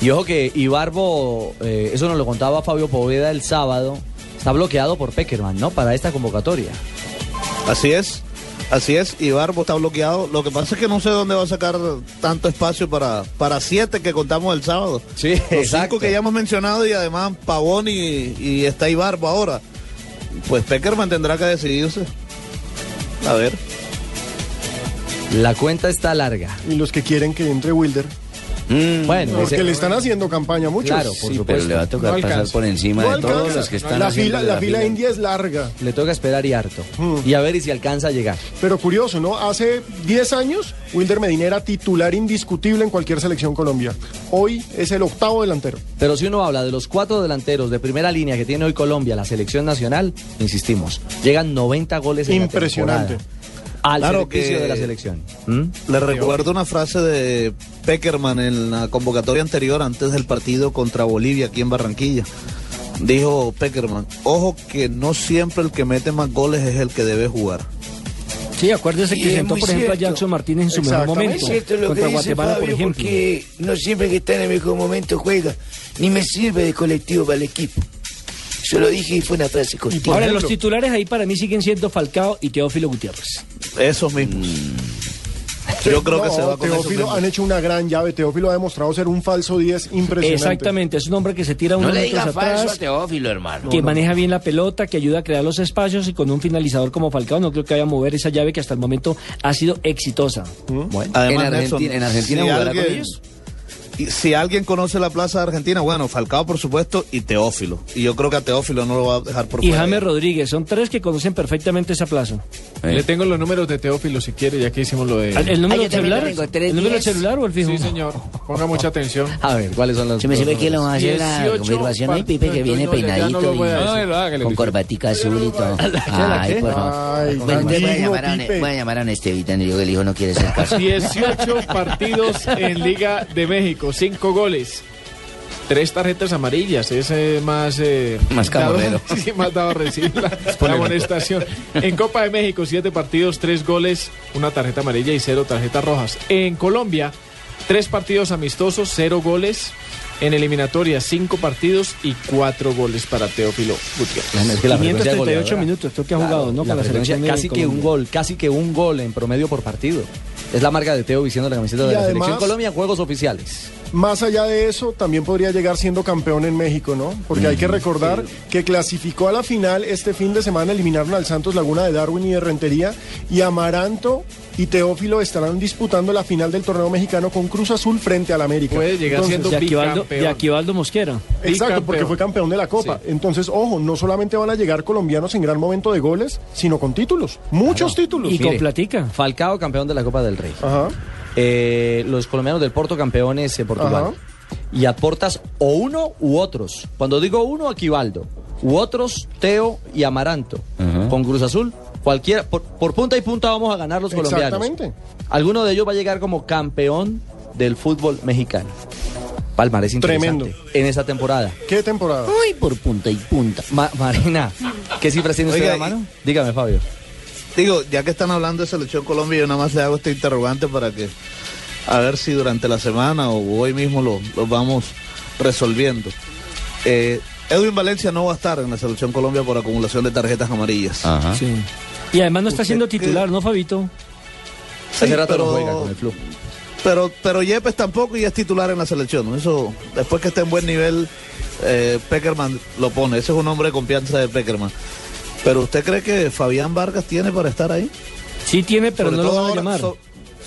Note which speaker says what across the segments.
Speaker 1: Y ojo que Ibarbo, eh, eso nos lo contaba Fabio Poveda el sábado, está bloqueado por Peckerman, ¿no? Para esta convocatoria.
Speaker 2: Así es, así es, y Barbo está bloqueado. Lo que pasa es que no sé dónde va a sacar tanto espacio para, para siete que contamos el sábado.
Speaker 1: Sí,
Speaker 2: Los
Speaker 1: exacto.
Speaker 2: cinco que ya hemos mencionado y además Pavón y, y está Ibarbo ahora. Pues Peckerman tendrá que decidirse. A ver.
Speaker 1: La cuenta está larga.
Speaker 3: Y los que quieren que entre Wilder.
Speaker 1: bueno,
Speaker 3: Porque
Speaker 1: ese-
Speaker 3: le están haciendo campaña a muchos.
Speaker 1: Claro, por
Speaker 4: Sí, pero
Speaker 1: supuesto.
Speaker 4: le va a tocar
Speaker 3: No
Speaker 4: pasar
Speaker 3: alcanza.
Speaker 4: por encima
Speaker 3: No
Speaker 4: de todos
Speaker 3: alcanza.
Speaker 4: los que están
Speaker 3: la
Speaker 4: haciendo
Speaker 3: fila, la fila india es larga.
Speaker 1: le toca esperar y harto. Y a ver y si alcanza a llegar.
Speaker 3: Pero curioso, ¿no? Hace 10 años, Wilder Medina era titular indiscutible en cualquier selección Colombia. Hoy es el octavo delantero.
Speaker 1: Pero si uno habla de los cuatro delanteros de primera línea que tiene hoy Colombia, la selección nacional, insistimos, llegan 90 goles en
Speaker 3: Impresionante.
Speaker 1: la temporada. Al
Speaker 2: Claro
Speaker 1: servicio
Speaker 2: que-
Speaker 1: de la selección. ¿Mm?
Speaker 2: Le recuerdo una frase de Peckerman en la convocatoria anterior, antes del partido contra Bolivia aquí en Barranquilla. Dijo Peckerman, ojo que no siempre el que mete más goles es el que debe jugar.
Speaker 5: Sí, acuérdese
Speaker 4: Y
Speaker 5: que
Speaker 4: es
Speaker 5: sentó,
Speaker 4: muy
Speaker 5: por ejemplo,
Speaker 4: cierto.
Speaker 5: a Jackson Martínez en su mejor
Speaker 3: Exactamente.
Speaker 5: momento.
Speaker 4: Es cierto lo que
Speaker 5: contra
Speaker 4: dice
Speaker 5: Guatemala,
Speaker 4: Fabio,
Speaker 5: por ejemplo.
Speaker 4: porque no siempre que está en el mejor momento juega, ni me sirve de colectivo para el equipo. Yo lo dije y fue una frase cortita.
Speaker 5: Ahora, los titulares ahí para mí siguen siendo Falcao y Teófilo Gutiérrez.
Speaker 2: Esos mismos. Yo creo que
Speaker 3: No,
Speaker 2: se va con esos
Speaker 3: Teófilo han
Speaker 2: mismos.
Speaker 3: hecho una gran llave. Teófilo ha demostrado ser un falso 10 impresionante.
Speaker 5: Exactamente, es un hombre que se tira
Speaker 4: No
Speaker 5: unos
Speaker 4: le
Speaker 5: metros
Speaker 4: diga falso a
Speaker 5: atrás,
Speaker 4: Teófilo, hermano.
Speaker 5: que maneja bien la pelota, que ayuda a crear los espacios y con un finalizador como Falcao no creo que vaya a mover esa llave que hasta el momento ha sido exitosa.
Speaker 4: Bueno,
Speaker 2: Además,
Speaker 4: en
Speaker 2: Nelson,
Speaker 4: Argentina, en Argentina
Speaker 2: si
Speaker 4: jugará con
Speaker 2: alguien-
Speaker 4: ellos.
Speaker 2: Y si alguien conoce la plaza de Argentina, bueno, Falcao por supuesto y Teófilo. Y yo creo que a Teófilo no lo va a dejar por
Speaker 5: Y
Speaker 2: fuera.
Speaker 5: James Rodríguez, son tres que conocen perfectamente esa plaza.
Speaker 4: Eh.
Speaker 6: Le tengo los números de Teófilo si quiere, ya que hicimos lo de...
Speaker 5: ¿El
Speaker 4: Ah,
Speaker 5: número
Speaker 4: yo también
Speaker 5: celular?
Speaker 4: lo tengo, tres,
Speaker 5: ¿El número
Speaker 4: diez.
Speaker 5: celular o el fijo?
Speaker 6: Sí, señor. Ponga mucha atención.
Speaker 1: A ver, ¿cuáles son los
Speaker 4: Yo me sirve que lo va a hacer la
Speaker 6: 18
Speaker 4: confirmación del
Speaker 6: partidos,
Speaker 4: Pipe que viene
Speaker 6: entonces ya
Speaker 4: peinadito
Speaker 6: no lo voy a
Speaker 4: y
Speaker 6: decir. No, hágale,
Speaker 4: con
Speaker 6: Pipe.
Speaker 4: corbatica azul y todo. Ay, por favor.
Speaker 3: Ay,
Speaker 4: Bueno, voy a
Speaker 3: Gandino,
Speaker 4: llamar a,
Speaker 3: Pipe.
Speaker 4: voy a llamar a un Estevita, digo que el hijo no quiere ser caso.
Speaker 6: 18 partidos en Liga de México, 5 goles. Tres tarjetas amarillas, ese más... eh,
Speaker 4: Más
Speaker 6: dado-
Speaker 4: camorrero.
Speaker 6: sí, más dado a recibir la, la amonestación. En Copa de México, siete partidos, tres goles, una tarjeta amarilla y cero tarjetas rojas. En Colombia, tres partidos amistosos, cero goles. En eliminatoria, cinco partidos y cuatro goles para Teófilo Gutiérrez.
Speaker 1: Es que la frecuencia
Speaker 5: 538
Speaker 1: goleadora-
Speaker 5: minutos, creo que ha
Speaker 1: Claro,
Speaker 5: jugado, ¿no?
Speaker 1: la
Speaker 5: Con la
Speaker 1: frecuencia,
Speaker 5: selección de
Speaker 1: casi que un
Speaker 5: Colombia.
Speaker 1: gol, casi que un gol en promedio por partido. Es la marca de Teo diciendo la camiseta de
Speaker 3: Y
Speaker 1: la
Speaker 3: además-
Speaker 1: selección Colombia en juegos oficiales.
Speaker 3: Más allá de eso, también podría llegar siendo campeón en México, ¿no? Porque hay que recordar que clasificó a la final este fin de semana, eliminaron al Santos Laguna de Darwin y de Rentería, y Amaranto y Teófilo estarán disputando la final del torneo mexicano con Cruz Azul frente al América.
Speaker 6: Puede llegar siendo
Speaker 5: De Aquivaldo-
Speaker 6: bicampeón.
Speaker 5: de Aquivaldo Mosquera.
Speaker 3: Exacto,
Speaker 6: bicampeón.
Speaker 3: porque fue campeón de la Copa.
Speaker 6: Sí.
Speaker 3: Entonces, ojo, no solamente van a llegar colombianos en gran momento de goles, sino con títulos, muchos títulos.
Speaker 5: Y con
Speaker 1: Mire.
Speaker 5: platica.
Speaker 1: Falcao, campeón de la Copa del Rey.
Speaker 3: Ajá.
Speaker 1: Eh, los colombianos del Porto, campeones en Portugal.
Speaker 3: Ajá.
Speaker 1: Y aportas o uno u otros. Cuando digo uno, Aquivaldo. U otros, Teo y Amaranto. Con Cruz Azul, cualquiera. Por, por punta y punta vamos a ganar los colombianos.
Speaker 3: Exactamente.
Speaker 1: Alguno de ellos va a llegar como campeón del fútbol mexicano. Palmarés interesante.
Speaker 3: Tremendo.
Speaker 1: En esta temporada.
Speaker 3: ¿Qué temporada?
Speaker 4: Uy, por punta y punta.
Speaker 1: Ma- Marina, ¿qué cifras tiene usted
Speaker 2: Oiga,
Speaker 1: a la mano? Dígame, Fabio.
Speaker 2: Digo, ya que están hablando de selección Colombia, yo nada más le hago este interrogante para que a ver si durante la semana o hoy mismo lo, lo vamos resolviendo. Eh, Edwin Valencia no va a estar en la selección Colombia por acumulación de tarjetas amarillas.
Speaker 1: Ah.
Speaker 5: Sí. Y además no está
Speaker 2: ¿Usted
Speaker 5: siendo
Speaker 2: qué-
Speaker 5: titular, ¿no, Fabito?
Speaker 2: Sí,
Speaker 1: Hace rato no
Speaker 2: pero-
Speaker 1: juega con el club.
Speaker 2: Pero, pero Yepes tampoco y es titular en la selección. Eso, después que esté en buen nivel, eh, Peckerman lo pone. Ese es un hombre de confianza de Peckerman. Pero ¿usted cree que Fabián Vargas tiene para estar ahí?
Speaker 5: Sí tiene, pero no lo van a
Speaker 2: ahora-
Speaker 5: llamar.
Speaker 2: so-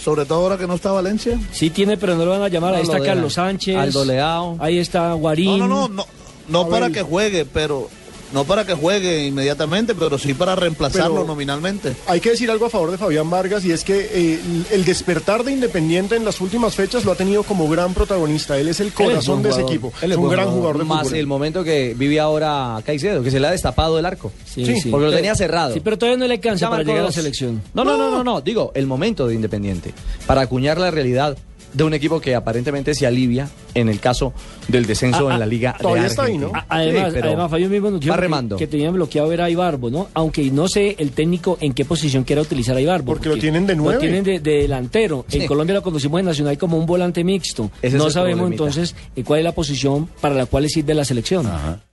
Speaker 2: sobre todo ahora que no está Valencia.
Speaker 5: Sí tiene, pero no lo van a llamar.
Speaker 1: No
Speaker 5: ahí
Speaker 1: lo
Speaker 5: está
Speaker 1: dejan.
Speaker 5: Carlos Sánchez.
Speaker 1: Aldo Leao.
Speaker 5: Ahí está Guarín.
Speaker 2: No, no, no, no, no
Speaker 3: A
Speaker 2: para
Speaker 3: ver.
Speaker 2: que juegue, pero No para que juegue inmediatamente, pero sí para reemplazarlo
Speaker 3: Pero-
Speaker 2: nominalmente.
Speaker 3: Hay que decir algo a favor de Fabián Vargas y es que eh, el despertar de Independiente en las últimas fechas lo ha tenido como gran protagonista. Él es el corazón de ese equipo.
Speaker 1: Él
Speaker 3: es un
Speaker 1: buen
Speaker 3: gran jugador de
Speaker 1: Más
Speaker 3: fútbol.
Speaker 1: el momento que vive ahora Caicedo, que se le ha destapado el arco.
Speaker 5: Sí,
Speaker 3: Sí,
Speaker 5: sí.
Speaker 1: Porque lo tenía cerrado.
Speaker 5: Sí, pero todavía no le alcanza
Speaker 1: Ya
Speaker 5: para
Speaker 1: marcó
Speaker 5: llegar a la
Speaker 1: dos.
Speaker 5: selección.
Speaker 1: No, no, no, no, no. Digo, el momento de Independiente. Para acuñar la realidad de un equipo que aparentemente se alivia en el caso del descenso
Speaker 5: Ah, ah,
Speaker 1: en la Liga. de
Speaker 3: todavía está ahí,
Speaker 1: Argentina.
Speaker 3: ¿no?
Speaker 5: A- Además,
Speaker 1: Sí, pero
Speaker 5: además Fabio mismo nos dijo
Speaker 1: va
Speaker 5: que-
Speaker 1: remando.
Speaker 5: que tenía bloqueado era a Ibarbo, ¿no? Aunque no sé el técnico en qué posición quiera utilizar a Ibarbo.
Speaker 3: Porque lo tienen de nueve.
Speaker 5: Lo tienen de, de delantero.
Speaker 1: Sí.
Speaker 5: En Colombia lo conocimos en Nacional como un volante mixto.
Speaker 1: Ese es
Speaker 5: no
Speaker 1: el
Speaker 5: sabemos
Speaker 1: problemita. Ah,
Speaker 5: entonces eh, cuál es la posición para la cual sirve la selección.
Speaker 7: Ajá.